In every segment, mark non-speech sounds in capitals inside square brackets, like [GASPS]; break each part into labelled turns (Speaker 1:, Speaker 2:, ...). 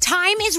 Speaker 1: Time is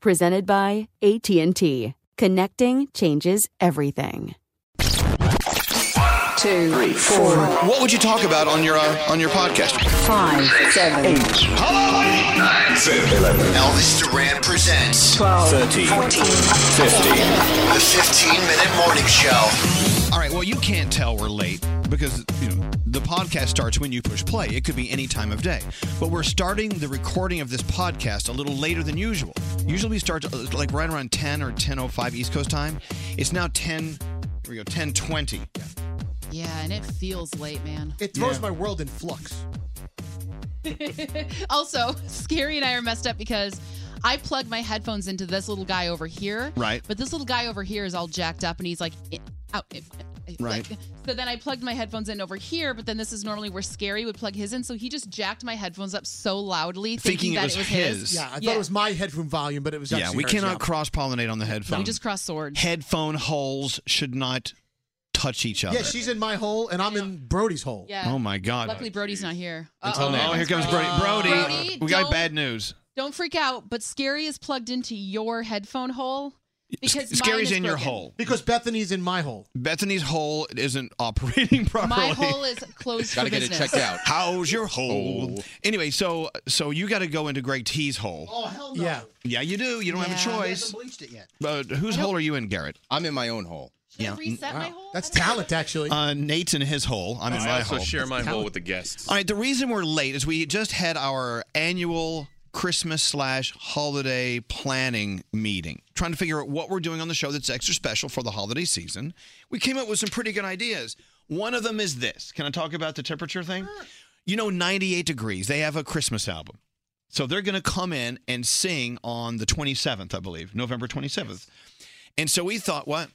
Speaker 2: presented by AT&T. Connecting changes everything.
Speaker 3: Two, three, four.
Speaker 4: What would you talk about on your uh, on your podcast?
Speaker 3: Five, seven, eight,
Speaker 4: Nine, ten, eleven. Elvis Duran presents
Speaker 3: 12,
Speaker 4: 13,
Speaker 3: 14,
Speaker 4: 15. the 15 minute morning show.
Speaker 5: All right. Well, you can't tell we're late because you know the podcast starts when you push play. It could be any time of day, but we're starting the recording of this podcast a little later than usual. Usually we start uh, like right around 10 or 10:05 East Coast time. It's now 10. Here we go. 10:20.
Speaker 6: Yeah, and it feels late, man.
Speaker 7: It throws
Speaker 5: Yeah.
Speaker 7: my world in flux.
Speaker 6: [LAUGHS] also, Scary and I are messed up because I plug my headphones into this little guy over here.
Speaker 5: Right.
Speaker 6: But this little guy over here is all jacked up and he's like, "Eh, ow, eh, eh,
Speaker 5: Right.
Speaker 6: like- So then I plugged my headphones in over here, but then this is normally where Scary would plug his in. So he just jacked my headphones up so loudly, thinking,
Speaker 5: Thinking it
Speaker 6: that
Speaker 5: was
Speaker 6: it was his.
Speaker 5: his.
Speaker 7: Yeah, I
Speaker 6: Yeah.
Speaker 7: thought it was my headroom volume, but it was
Speaker 5: Yeah.
Speaker 7: actually
Speaker 5: We
Speaker 7: hers,
Speaker 5: cannot
Speaker 7: yeah.
Speaker 5: cross pollinate on the headphone.
Speaker 6: We just cross swords.
Speaker 5: Headphone holes should not touch each other.
Speaker 7: Yeah, she's in my hole and I'm in Brody's hole.
Speaker 6: Yeah.
Speaker 5: Oh my God.
Speaker 6: Luckily, Brody's not here.
Speaker 5: oh,
Speaker 6: Uh-oh.
Speaker 5: here comes Brody. Brody,
Speaker 6: Brody,
Speaker 5: we got
Speaker 6: don't-
Speaker 5: bad news.
Speaker 6: Don't freak out, but Scary is plugged into your headphone hole because mine
Speaker 5: Scary's
Speaker 6: is
Speaker 5: in your
Speaker 6: broken.
Speaker 5: hole.
Speaker 7: Because Bethany's in my hole.
Speaker 5: Bethany's hole isn't operating [LAUGHS] properly.
Speaker 6: My
Speaker 7: [LAUGHS]
Speaker 6: hole is closed for
Speaker 8: Gotta get it
Speaker 6: business.
Speaker 8: checked out.
Speaker 5: [LAUGHS] How's your hole?
Speaker 8: Oh.
Speaker 5: Anyway, so so you got to go into Greg T's hole.
Speaker 7: hell no. Yeah.
Speaker 5: Yeah, you do. You don't have
Speaker 6: Yeah.
Speaker 5: a
Speaker 6: He
Speaker 5: choice.
Speaker 7: bleached it yet.
Speaker 5: But whose hole are you in, Garrett?
Speaker 8: I'm in my own hole.
Speaker 6: Should I
Speaker 5: Yeah.
Speaker 6: reset my hole?
Speaker 7: That's
Speaker 6: I don't know.
Speaker 7: talent, actually.
Speaker 5: Uh, Nate's in his hole. I'm in my
Speaker 8: Oh, I also
Speaker 5: hole.
Speaker 8: share my hole with the guests.
Speaker 5: All right. The reason we're late is we just had our annual Christmas slash holiday planning meeting, trying to figure out what we're doing on the show that's extra special for the holiday season. We came up with some pretty good ideas. One of them is this. Can I talk about the temperature thing? You know, 98 degrees. They have a Christmas album. So they're going to come in and sing on the 27th, I believe, November 27th. And so we thought, what?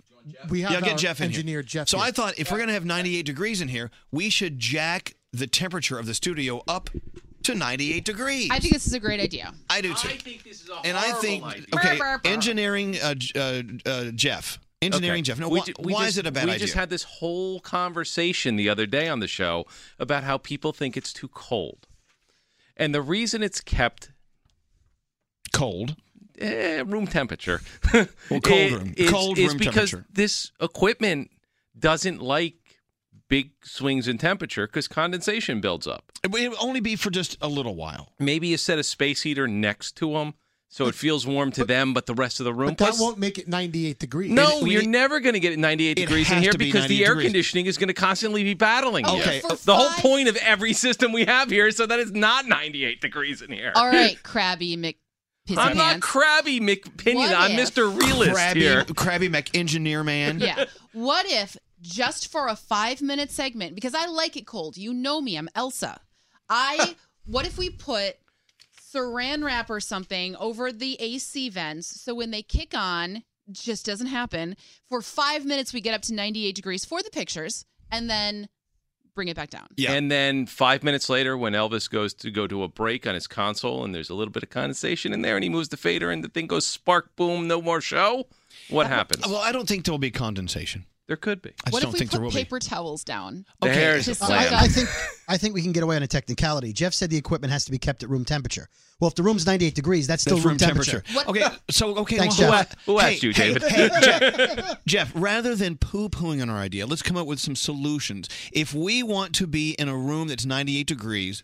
Speaker 4: We have
Speaker 5: yeah, get
Speaker 4: our
Speaker 5: Jeff in
Speaker 4: engineer
Speaker 5: here.
Speaker 4: Jeff
Speaker 5: So
Speaker 4: here.
Speaker 5: I thought if we're going to have 98 degrees in here, we should jack the temperature of the studio up to 98 degrees.
Speaker 6: I think this is a great idea.
Speaker 5: I do too. and I think okay, engineering uh, J- uh, uh, Jeff, engineering
Speaker 7: Okay.
Speaker 5: Jeff. No,
Speaker 7: We
Speaker 5: why,
Speaker 7: ju- we
Speaker 5: why
Speaker 7: just-
Speaker 5: is it a bad
Speaker 7: we
Speaker 5: idea?
Speaker 7: just had this whole conversation the other day on the show about how people think it's too cold, and the reason it's kept
Speaker 5: cold,
Speaker 7: eh, room temperature,
Speaker 5: well, cold
Speaker 7: i-
Speaker 5: room-
Speaker 7: is,
Speaker 5: cold
Speaker 7: is
Speaker 5: room
Speaker 7: because
Speaker 5: temperature.
Speaker 7: this equipment doesn't like big swings in temperature because condensation builds up.
Speaker 5: It would only be for just a little while.
Speaker 7: Maybe you set a space heater next to them so it feels warm to them, but the rest of the room.
Speaker 4: But that
Speaker 7: Plus-
Speaker 4: won't make it 98 degrees.
Speaker 7: No, you're never going to get 98
Speaker 4: It
Speaker 7: degrees in
Speaker 4: has
Speaker 7: here
Speaker 4: to be
Speaker 7: because
Speaker 4: 98
Speaker 7: the air
Speaker 4: degrees.
Speaker 7: conditioning is going to constantly be battling. you.
Speaker 5: Okay, For
Speaker 7: the whole point of every system we have here is so that it's not 98 degrees in here.
Speaker 6: All right, Krabby Mc. Pissy
Speaker 7: I'm not
Speaker 6: pants.
Speaker 7: crabby McPinion.
Speaker 6: What
Speaker 7: I'm
Speaker 6: if-
Speaker 7: Mr. Realist
Speaker 5: Krabby,
Speaker 7: here.
Speaker 5: Krabby Mac engineer [LAUGHS] man.
Speaker 6: yeah. What if just for a five minute segment, because I like it cold. You know me, I'm Elsa.
Speaker 5: [LAUGHS]
Speaker 6: I what if we put saran wrap or something over the AC vents so when they kick on, just doesn't happen. For five minutes we get up to ninety eight degrees for the pictures and then bring it back down.
Speaker 7: And then five minutes later, when Elvis goes to go to a break on his console and there's a little bit of condensation in there and he moves the fader and the thing goes spark, boom, no more show, what happens?
Speaker 5: Well, I don't think there will be condensation.
Speaker 7: There could be.
Speaker 5: I just
Speaker 6: what
Speaker 5: don't
Speaker 6: if we
Speaker 5: think there will
Speaker 6: put
Speaker 5: be.
Speaker 6: paper towels down?
Speaker 7: There's a
Speaker 6: Just
Speaker 7: plan.
Speaker 6: suck
Speaker 3: I
Speaker 6: up.
Speaker 3: think I think we can get away on a technicality. Jeff said the equipment has to be kept at room temperature. Well, if the room's 98 degrees, that's still
Speaker 5: That's
Speaker 3: room temperature.
Speaker 5: Okay, so okay,
Speaker 3: Thanks,
Speaker 5: well,
Speaker 3: Jeff.
Speaker 5: who-
Speaker 3: Who
Speaker 5: hey,
Speaker 3: asked you,
Speaker 5: hey,
Speaker 3: David?
Speaker 5: hey, Jeff, Jeff, rather than poo-pooing on our idea, let's come up with some solutions. If we want to be in a room that's 98 degrees,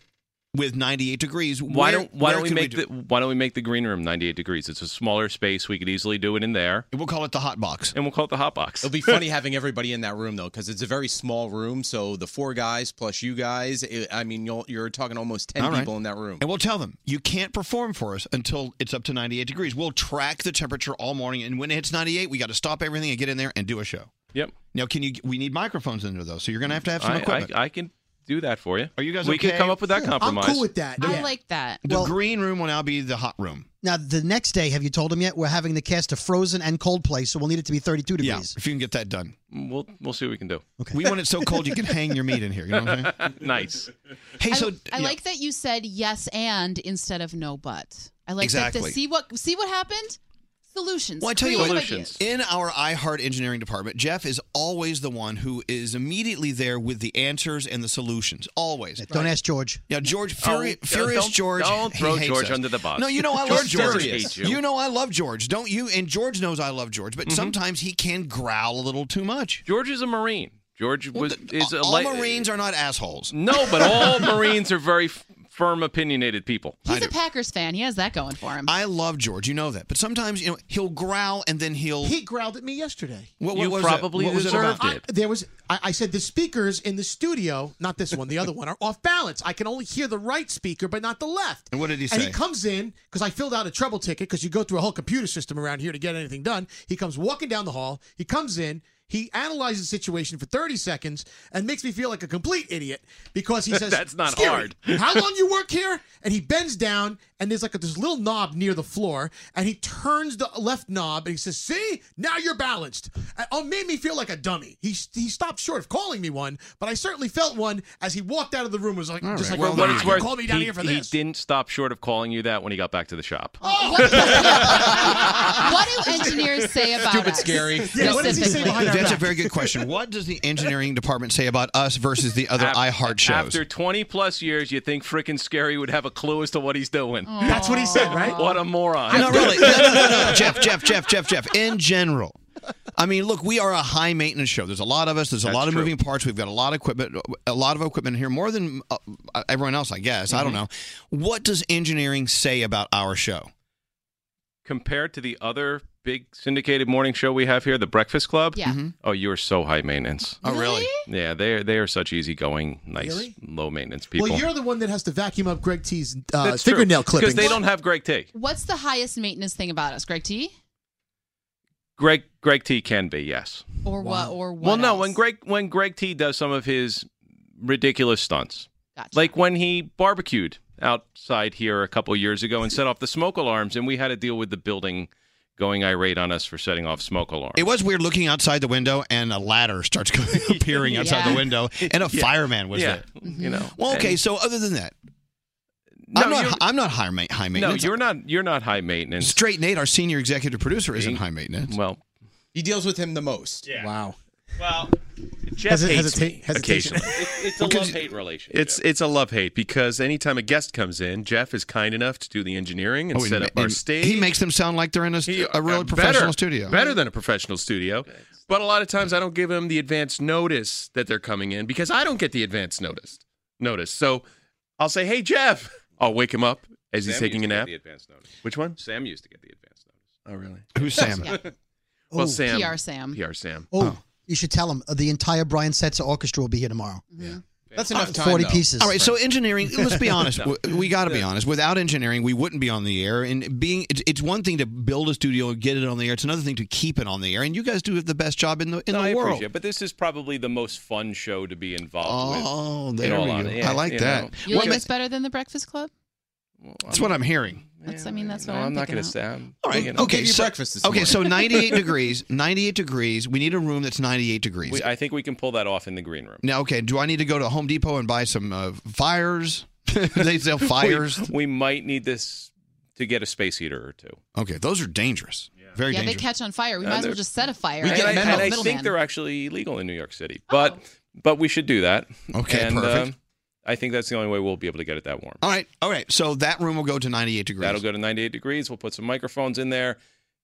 Speaker 5: with 98 degrees,
Speaker 7: Why
Speaker 5: where-
Speaker 7: don't why
Speaker 5: where
Speaker 7: don't we
Speaker 5: can
Speaker 7: make
Speaker 5: do
Speaker 7: the why don't we make the green room 98 degrees? It's a smaller space. We could easily do it in there.
Speaker 5: We'll call it the hot box.
Speaker 7: And we'll call it the hot box.
Speaker 9: It'll
Speaker 7: [LAUGHS]
Speaker 9: be funny having everybody in that room though, because it's a very small room. So the four guys plus you guys, i I mean, you'll, you're talking almost ten
Speaker 5: All right.
Speaker 9: people in that room.
Speaker 5: And we'll tell them you can't perform for us until it's up to 98 degrees. We'll track the temperature all morning, and when it hits 98, we got to stop everything and get in there and do a show.
Speaker 7: Yep.
Speaker 5: Now, can you? We need microphones in there though, so you're gonna have to have some
Speaker 7: I,
Speaker 5: equipment.
Speaker 7: I, I can do that for you. Are
Speaker 5: you guys
Speaker 7: We
Speaker 5: okay?
Speaker 7: can come up with that
Speaker 5: Yeah, I'm
Speaker 7: compromise.
Speaker 5: cool with that.
Speaker 6: I
Speaker 5: Yeah.
Speaker 6: like that.
Speaker 5: the green room will now be the hot room.
Speaker 3: Now, the next day, have you told him yet? We're having the cast of Frozen and Coldplay, so we'll need it to be 32 degrees.
Speaker 5: Yeah, if you can get that done.
Speaker 7: We'll we'll see what we can do.
Speaker 5: We want it so cold you can hang your meat in here. You know what I'm saying?
Speaker 7: [LAUGHS] nice.
Speaker 5: Hey, so
Speaker 6: I
Speaker 5: yeah.
Speaker 6: like that you said yes and instead of no but. I like that.
Speaker 5: Exactly.
Speaker 6: To see what see what happened? Solutions.
Speaker 5: Well, I tell you what,
Speaker 6: Creative ideas.
Speaker 5: in our iHeart engineering department, Jeff is always the one who is immediately there with the answers and the solutions. Always.
Speaker 3: Don't ask George.
Speaker 5: Yeah, George Fury,
Speaker 3: Oh,
Speaker 5: Furious
Speaker 3: don't-
Speaker 5: George.
Speaker 3: don't
Speaker 5: he
Speaker 3: throw
Speaker 5: hates
Speaker 7: George
Speaker 5: us.
Speaker 7: under the bus.
Speaker 5: No, you know I love
Speaker 7: George doesn't
Speaker 5: George.
Speaker 7: hate
Speaker 5: you.
Speaker 7: you. Mm-hmm.
Speaker 5: know I love George, don't you? And George knows I love George, but sometimes he can growl a little too much.
Speaker 7: George is a Marine. George was is a
Speaker 5: all
Speaker 7: la-
Speaker 5: Marines are not assholes.
Speaker 7: No, but all Marines are very f- firm, opinionated people.
Speaker 6: He's a Packers fan. He has that going for him.
Speaker 5: I love George, you know that. But sometimes, you know, he'll growl and then he'll
Speaker 4: He growled at me yesterday.
Speaker 5: What- what You was it? probably What was it deserved about? it.
Speaker 4: I- there was. I, I said the speakers in the studio, not this one, the other one, are off balance. I can only hear the right speaker, but not the left.
Speaker 5: And what did he
Speaker 4: And
Speaker 5: say?
Speaker 4: he comes in because I filled out a trouble ticket because you go through a whole computer system around here to get anything done. He comes walking down the hall. He comes in. He analyzes the situation for 30 seconds and makes me feel like a complete idiot because
Speaker 5: [LAUGHS]
Speaker 4: he says,
Speaker 7: That's not
Speaker 4: "Scary,
Speaker 7: hard."
Speaker 4: [LAUGHS] How long you work here? And he bends down and there's like a, this little knob near the floor and he turns the left knob and he says, "See, now you're balanced." And, oh, made me feel like a dummy. He he stopped short of calling me one, but I certainly felt one as he walked out of the room. Was like, just
Speaker 7: For
Speaker 4: like,
Speaker 7: what
Speaker 4: "Ah,
Speaker 7: it's
Speaker 4: you
Speaker 7: worth,
Speaker 4: called me down
Speaker 7: he,
Speaker 4: here for
Speaker 7: he
Speaker 4: this." Oh.
Speaker 7: didn't stop short of calling you that when he got back to the shop.
Speaker 6: what do engineers say about us? Specifically.
Speaker 5: That's a very good question. What does the engineering department say about us versus the other iHeart shows?
Speaker 7: After 20 plus years, you think frickin' Scary would have a clue as to what he's doing.
Speaker 4: That's what he said, right?
Speaker 7: What a moron.
Speaker 5: No, really. No, no, no, no. Jeff, Jeff, Jeff, Jeff, Jeff. In general. I mean, look, we are a high maintenance show. There's a lot of us. There's a lot of moving parts. We've got a lot of equipment, a lot of equipment here, more than uh, everyone else, I guess. I don't know.
Speaker 7: Mm-hmm.
Speaker 5: What does engineering say about our show?
Speaker 7: Compared to the other big syndicated morning show we have here, The Breakfast Club.
Speaker 6: Yeah. Mhm.
Speaker 5: Mm-hmm.
Speaker 7: Oh, you are so high maintenance.
Speaker 5: Oh, really?
Speaker 7: Yeah, they are, they are such easygoing, nice,
Speaker 4: Really?
Speaker 7: low maintenance people.
Speaker 4: Well, you're the one that has to vacuum up Greg T's uh,
Speaker 7: That's true,
Speaker 4: fingernail
Speaker 7: Because
Speaker 4: clippings.
Speaker 7: they don't have Greg T.
Speaker 6: What's the highest maintenance thing about us, Greg T?
Speaker 7: Greg Greg T can be yes.
Speaker 6: Or what? Or what?
Speaker 7: well, no, when Greg when Greg T does some of his ridiculous stunts, like when he barbecued outside here a couple years ago and set off the smoke alarms, and we had to deal with the building going irate on us for setting off smoke alarms.
Speaker 5: It was weird looking outside the window, and a ladder starts appearing outside
Speaker 7: [LAUGHS] Yeah.
Speaker 5: the window, and a
Speaker 7: Yeah.
Speaker 5: fireman was
Speaker 7: Yeah,
Speaker 5: there.
Speaker 7: you know,
Speaker 5: Well, okay.
Speaker 7: and-
Speaker 5: So other than that,
Speaker 7: No,
Speaker 5: I'm not.
Speaker 7: you're-
Speaker 5: I'm not high, ma- high
Speaker 7: no,
Speaker 5: maintenance.
Speaker 7: you're not. You're not high maintenance.
Speaker 5: Straight Nate, our senior executive producer, isn't high maintenance.
Speaker 7: Well,
Speaker 10: He deals with him the most. Yeah.
Speaker 5: Wow.
Speaker 7: Well,
Speaker 10: Jeff
Speaker 7: Hesi-
Speaker 10: hates
Speaker 7: hesita-
Speaker 10: me
Speaker 7: hesitation.
Speaker 10: occasionally.
Speaker 7: [LAUGHS] it's a love-hate relationship.
Speaker 8: It's it's a love hate because anytime a guest comes in, Jeff is kind enough to do the engineering and
Speaker 5: Oh, he
Speaker 8: set
Speaker 5: ma-
Speaker 8: up our
Speaker 5: he-
Speaker 8: stage.
Speaker 5: He makes them sound like they're in a, st- a really professional
Speaker 8: better,
Speaker 5: studio.
Speaker 8: Better than a professional studio. But a lot of times I don't give them the advance notice that they're coming in because I don't get the advance notice. Notice. So I'll say, "Hey Jeff." I'll wake him up as he's
Speaker 7: Sam
Speaker 8: taking a
Speaker 7: used to get
Speaker 8: nap.
Speaker 7: the advance notice.
Speaker 8: Which one?
Speaker 7: Sam used to get the advance
Speaker 8: Oh, really?
Speaker 5: Who's Sam?
Speaker 6: Yeah.
Speaker 8: well,
Speaker 6: Oh.
Speaker 8: Sam.
Speaker 6: PR Sam.
Speaker 8: PR Sam.
Speaker 3: Oh, you should tell him uh, the entire Brian Setzer orchestra will be here tomorrow.
Speaker 6: Yeah.
Speaker 10: That's
Speaker 3: enough time, 40 though. pieces.
Speaker 5: All right, so
Speaker 3: Right.
Speaker 7: [LAUGHS]
Speaker 5: engineering, let's be honest.
Speaker 3: No.
Speaker 5: We- We got to be honest. Without engineering, we wouldn't be on the air. And being it's, it's one thing to build a studio and get it on the air. It's another thing to keep it on the air. And you guys do the best job in the in
Speaker 7: I
Speaker 5: the world.
Speaker 7: appreciate it, but this is probably the most fun show to be involved
Speaker 5: Oh,
Speaker 7: with. in
Speaker 5: there
Speaker 7: all
Speaker 5: we go.
Speaker 7: honesty.
Speaker 5: I like
Speaker 7: you
Speaker 5: that.
Speaker 7: know.
Speaker 6: You like this better than the Breakfast Club?
Speaker 5: That's what I'm hearing.
Speaker 6: That's. I mean, that's what
Speaker 7: No,
Speaker 6: I'm,
Speaker 7: I'm not
Speaker 6: picking
Speaker 7: going to
Speaker 6: up.
Speaker 7: say. I'm,
Speaker 5: All right.
Speaker 7: you know.
Speaker 5: okay. So,
Speaker 7: [LAUGHS]
Speaker 5: okay. So 98 degrees. 98 degrees. We need a room that's 98 degrees.
Speaker 7: We, I think we can pull that off in the green room.
Speaker 5: now, okay. Do I need to go to Home Depot and buy some uh, fires? [LAUGHS] they sell fires.
Speaker 7: [LAUGHS] We, we might need this to get a space heater or two.
Speaker 5: Okay, those are dangerous. Very
Speaker 6: Yeah,
Speaker 5: dangerous.
Speaker 6: they catch on fire. We
Speaker 7: And
Speaker 6: might as well
Speaker 7: they're-
Speaker 6: just set a fire.
Speaker 7: and, I, and I
Speaker 6: middleman.
Speaker 7: think they're actually illegal in New York City,
Speaker 4: Oh.
Speaker 7: but but we should do that.
Speaker 5: Okay,
Speaker 7: and,
Speaker 5: perfect.
Speaker 7: um, I think that's the only way we'll be able to get it that warm.
Speaker 5: All right. All right. So that room will go to 98 degrees.
Speaker 7: That'll go to 98 degrees. We'll put some microphones in there,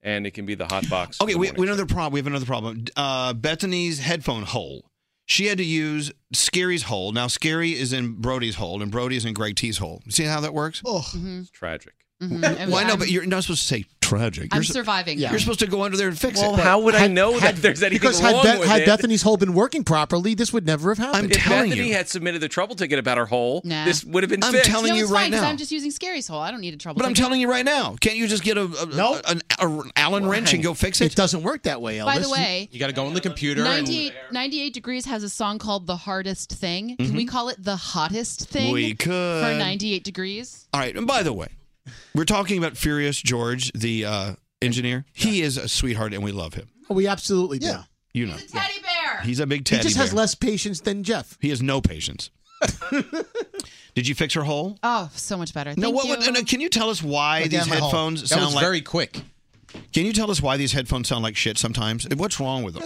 Speaker 7: and it can be the hot box.
Speaker 5: Okay, we, we another problem. We have another problem. Uh, Bethany's headphone hole. She had to use Scary's hole. Now Scary is in Brody's hole, and Brody is in Greg T's hole. See how that works?
Speaker 3: Oh,
Speaker 7: It's tragic.
Speaker 6: Mm-hmm.
Speaker 5: well, I know, but you're not supposed to say tragic.
Speaker 6: I'm
Speaker 5: You're su-
Speaker 6: surviving.
Speaker 5: You're supposed to go under there and fix it.
Speaker 7: Well, how would I know that there's anything
Speaker 4: because had,
Speaker 7: wrong
Speaker 4: Beth-
Speaker 7: with
Speaker 4: had
Speaker 7: it?
Speaker 4: Bethany's hole been working properly, this would never have happened.
Speaker 7: if Bethany had submitted the trouble ticket about her hole,
Speaker 6: Nah.
Speaker 7: this would have been
Speaker 6: I'm
Speaker 7: fixed.
Speaker 6: no, it's fine, 'cause I'm just using Scary's hole. I don't need a trouble.
Speaker 5: But I'm telling you right now, can't you just get a, a, a- an a- Allen wrench and go fix it? It
Speaker 4: doesn't work that way,
Speaker 6: By the Elvis. way-
Speaker 10: you got to go on the computer. and-
Speaker 6: 98, 98 degrees has a song called "The Hardest Thing." Can we call it the hottest thing?
Speaker 5: Mm-hmm. We could.
Speaker 6: for 98 degrees.
Speaker 5: All right. And by the way, we're talking about Furious George, the uh, engineer. He is a sweetheart, and we love him.
Speaker 4: Oh, we absolutely do.
Speaker 5: You know,
Speaker 6: Teddy bear.
Speaker 5: he's a big teddy
Speaker 4: he just has
Speaker 5: bear.
Speaker 4: less patience than Jeff.
Speaker 5: He has
Speaker 6: [LAUGHS]
Speaker 5: no patience. Did you fix her hole?
Speaker 6: Oh, so much better.
Speaker 5: No,
Speaker 6: Thank
Speaker 5: what
Speaker 6: you.
Speaker 5: would, no, can you tell us why
Speaker 6: Look
Speaker 5: these
Speaker 6: down my hole.
Speaker 5: headphones
Speaker 6: That
Speaker 5: sound
Speaker 6: was
Speaker 5: like
Speaker 6: very
Speaker 10: quick?
Speaker 5: Can you tell us why these headphones sound like shit sometimes? What's wrong with them?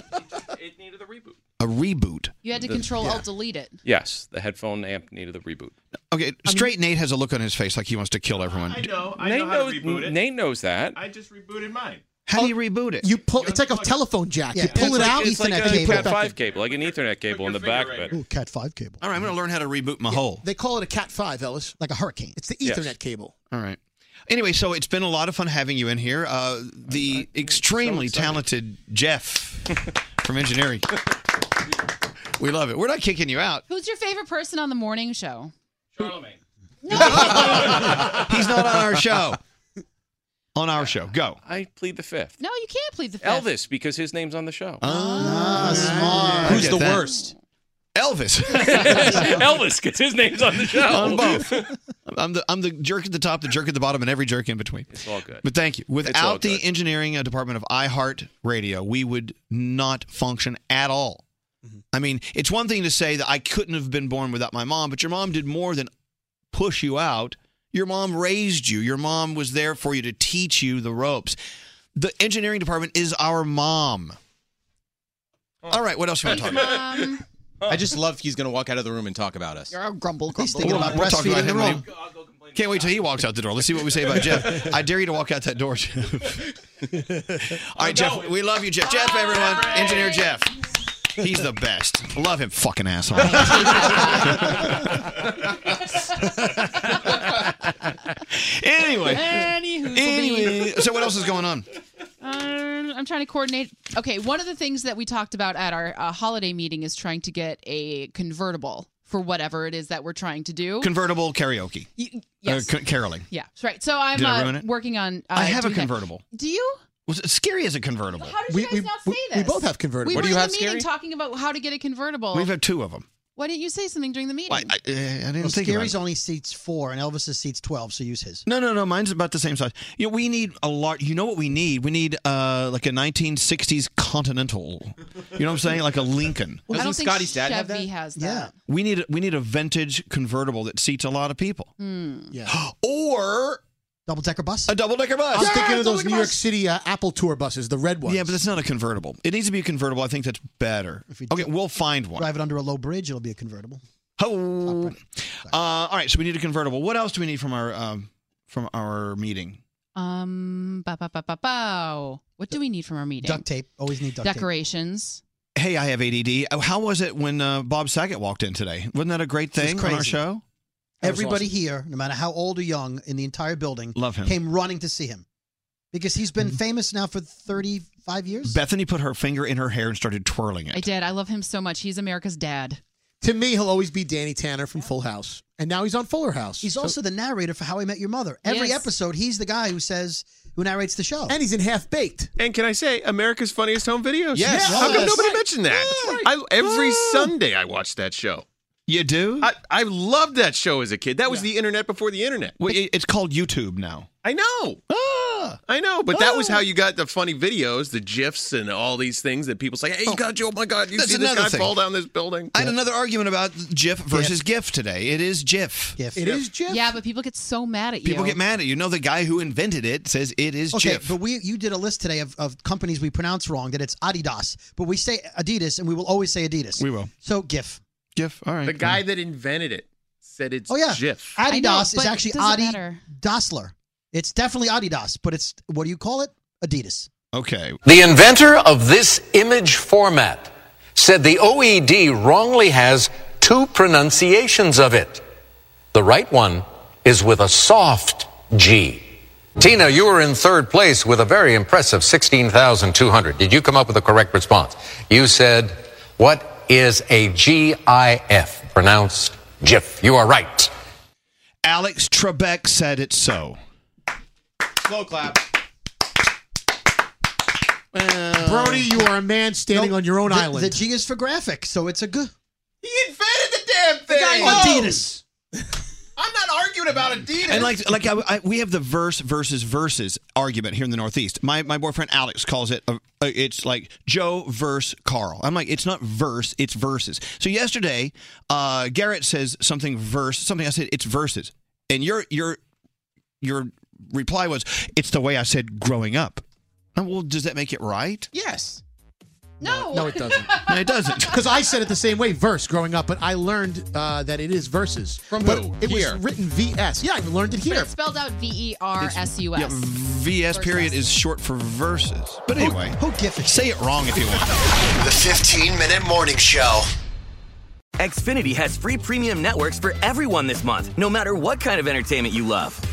Speaker 7: It needed a reboot.
Speaker 5: A reboot.
Speaker 6: you had to control Alt delete it.
Speaker 7: Yes, the headphone amp needed a reboot.
Speaker 5: Okay, straight Nate has a look on his face like he wants to kill everyone.
Speaker 7: know. I Nate know knows, Nate knows that. I just rebooted mine.
Speaker 5: How do you reboot it?
Speaker 4: You pull. It's like a telephone jack. you pull
Speaker 7: it's
Speaker 4: it
Speaker 7: like,
Speaker 4: out.
Speaker 7: It's like
Speaker 4: Ethernet
Speaker 7: a
Speaker 4: cable.
Speaker 7: Cat five cable, like an Ethernet cable in the back of it.
Speaker 3: Ooh, Cat five cable.
Speaker 5: All right, I'm going to learn how to reboot my hole.
Speaker 4: They call it a Cat five, Ellis,
Speaker 3: like a hurricane.
Speaker 4: It's the
Speaker 5: Yes.
Speaker 4: Ethernet cable.
Speaker 5: All right. Anyway, so it's been a lot of fun having you in here. Uh, the extremely talented Jeff from engineering. we love it. We're not kicking you out.
Speaker 6: Who's your favorite person on the morning show? Charlemagne.
Speaker 5: He's not
Speaker 6: [LAUGHS]
Speaker 5: on our show. On our show, go.
Speaker 7: I plead the fifth.
Speaker 6: No, you can't plead the fifth.
Speaker 7: Elvis, because his name's on the show.
Speaker 5: Ah, smart.
Speaker 7: Who's the worst?
Speaker 5: Elvis.
Speaker 7: [LAUGHS]
Speaker 5: [LAUGHS]
Speaker 7: Elvis, because his name's on the show.
Speaker 5: on both. I'm the I'm the jerk at the top, the jerk at the bottom, and every jerk in between.
Speaker 7: It's all good.
Speaker 5: But thank you.
Speaker 7: It's all
Speaker 5: Without the engineering uh, department of iHeart Radio, we would not function at all. I mean, it's one thing to say that I couldn't have been born without my mom, but your mom did more than push you out. Your mom raised you. Your mom was there for you to teach you the ropes. The engineering department is our mom. All right, what else you want to talk about?
Speaker 10: I just love he's going to walk out of the room and talk about us.
Speaker 6: grumble, grumble.
Speaker 5: We'll- we'll talk about him when he- Can't wait till he walks out the door. Let's see what we say about Jeff. I dare you to walk out that door, Jeff. All right, Jeff. We love you, Jeff. Jeff, everyone. Engineer Jeff. He's the best. Love him, fucking
Speaker 6: [LAUGHS]
Speaker 5: asshole. anyway.
Speaker 6: Anywho,
Speaker 5: Anyway. So what else is going on?
Speaker 6: Um, I'm trying to coordinate. Okay, one of the things that we talked about at our uh, holiday meeting is trying to get a convertible for whatever it is that we're trying to do.
Speaker 5: Convertible karaoke.
Speaker 6: yes.
Speaker 5: Uh, c- caroling.
Speaker 6: yeah, that's right. So I'm
Speaker 5: Did I
Speaker 6: uh,
Speaker 5: ruin it?
Speaker 6: working on. Uh,
Speaker 5: I have a
Speaker 6: doing that.
Speaker 5: convertible.
Speaker 6: Do you?
Speaker 5: Was it scary as a convertible?
Speaker 6: How did you guys not say this?
Speaker 5: both have
Speaker 6: We
Speaker 5: convertibles.
Speaker 6: were in the meeting talking about how to get a convertible.
Speaker 5: We've had two of them.
Speaker 6: Why didn't you say something during the meeting?
Speaker 5: Why, I, I didn't
Speaker 3: Well,
Speaker 5: think
Speaker 3: Scary's
Speaker 5: about it.
Speaker 3: only seats four, and Elvis's seats twelve. So use his.
Speaker 5: No, no, no. Mine's about the same size. You know, we need a large. You know what we need? We need uh, like a 1960s Continental. You know what I'm saying? Like a Lincoln.
Speaker 6: I don't think Chevy has that.
Speaker 5: We need we need a vintage convertible that seats a lot of people.
Speaker 6: Hmm.
Speaker 3: Yeah.
Speaker 5: [GASPS] or
Speaker 3: double decker bus.
Speaker 5: A double decker bus.
Speaker 4: I'm thinking of those New York City uh, Apple tour buses, the red ones.
Speaker 5: Yeah, but that's not a convertible. It needs to be a convertible. I think that's better. Okay, we'll find one.
Speaker 3: Drive it under a low bridge, it'll be a convertible.
Speaker 5: Ho. Uh, all right, so we need a convertible. What else do we need from our um, from our meeting?
Speaker 6: Um, bow, bow, bow, bow, bow. What do we need from our meeting?
Speaker 5: Duct tape.
Speaker 3: Always need
Speaker 5: duct tape.
Speaker 6: Decorations.
Speaker 5: Hey, I have ADD. Oh, How was it when uh, Bob Saget walked in today? Wasn't that a great
Speaker 3: This is
Speaker 5: thing on our
Speaker 3: crazy.
Speaker 5: show?
Speaker 3: Everybody here, no matter how old or young, in the entire building,
Speaker 5: Love him. Mm-hmm.
Speaker 3: came running to see him because he's been famous now for thirty-five years.
Speaker 5: Bethany put her finger in her hair and started twirling it.
Speaker 6: I did. I love him so much. He's America's dad.
Speaker 4: To me, he'll always be Danny Tanner from Full House, and now he's on Fuller House.
Speaker 3: He's also the narrator for How I Met Your Mother. Every
Speaker 4: Yes.
Speaker 3: episode, he's the guy who says who narrates the show,
Speaker 4: and he's in Half Baked.
Speaker 8: And can I say America's Funniest Home
Speaker 5: Oh,
Speaker 8: Videos?
Speaker 3: Yes.
Speaker 8: How come
Speaker 3: Yes. Ah.
Speaker 8: nobody mentioned that? I, every Sunday I watch that show.
Speaker 5: You do?
Speaker 8: I, I loved that show as a kid. That was the internet before the internet.
Speaker 5: Well, it- it's called YouTube now.
Speaker 8: I know.
Speaker 4: Ah.
Speaker 8: I know, but that was how you got the funny videos, the gifs, and all these things that people say. Hey, you got you! Oh my God, you
Speaker 5: That's
Speaker 8: see this
Speaker 5: another
Speaker 8: guy
Speaker 5: thing.
Speaker 8: fall down this building?
Speaker 5: I had another argument about GIF versus GIF today. It is GIF.
Speaker 3: GIF.
Speaker 6: It is Yeah, but people get so mad at you.
Speaker 5: People get mad at you. No, the guy who invented it says it is
Speaker 3: Okay,
Speaker 5: GIF.
Speaker 3: but we you did a list today of, of companies we pronounce wrong that it's Adidas, but we say Adidas and we will always say Adidas.
Speaker 5: We will.
Speaker 3: So GIF.
Speaker 5: GIF. All right.
Speaker 8: The guy that invented it said it's
Speaker 3: Oh yeah.
Speaker 8: GIF.
Speaker 3: Adidas is actually Adi Dassler. It's definitely Adidas, but it's what do you call it? Adidas.
Speaker 5: Okay.
Speaker 11: The inventor of this image format said the OED wrongly has two pronunciations of it. The right one is with a soft G. Tina, you were in third place with a very impressive 16,200. Did you come up with the correct response? You said, What is a GIF? Pronounced GIF. You are right.
Speaker 5: Alex Trebek said it so.
Speaker 7: Slow clap.
Speaker 4: Brody, you are a man standing on your own
Speaker 3: the,
Speaker 4: island.
Speaker 3: The G is for graphic, so it's a g.
Speaker 7: Damn thing.
Speaker 3: Adidas.
Speaker 7: I'm not arguing about Adidas.
Speaker 5: And like, like I, I, we have the verse versus verses argument here in the Northeast. My my boyfriend Alex calls it. A, a- it's like Joe verse Carl. I'm like, it's not verse, it's verses. So yesterday, uh, Garrett says something verse, something I said it's verses, and your your your reply was, it's the way I said growing up. And well, does that make it [LAUGHS] right?
Speaker 7: Yes.
Speaker 6: No.
Speaker 4: No, it
Speaker 6: [LAUGHS]
Speaker 4: doesn't.
Speaker 5: No, it doesn't. [LAUGHS]
Speaker 4: Because I said it the same way, verse, growing up, but I learned uh, that it is verses. From but
Speaker 5: who?
Speaker 4: It
Speaker 5: Here.
Speaker 4: was written VS. Yeah, I learned it
Speaker 6: But
Speaker 4: here.
Speaker 6: it's spelled out V E R S U
Speaker 5: Yeah,
Speaker 6: S.
Speaker 5: VS period is short for verses. But anyway, who, Say it wrong if you want.
Speaker 12: The 15 Minute Morning Show.
Speaker 13: Xfinity has free premium networks for everyone this month, no matter what kind of entertainment you love.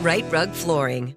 Speaker 14: Right Rug Flooring.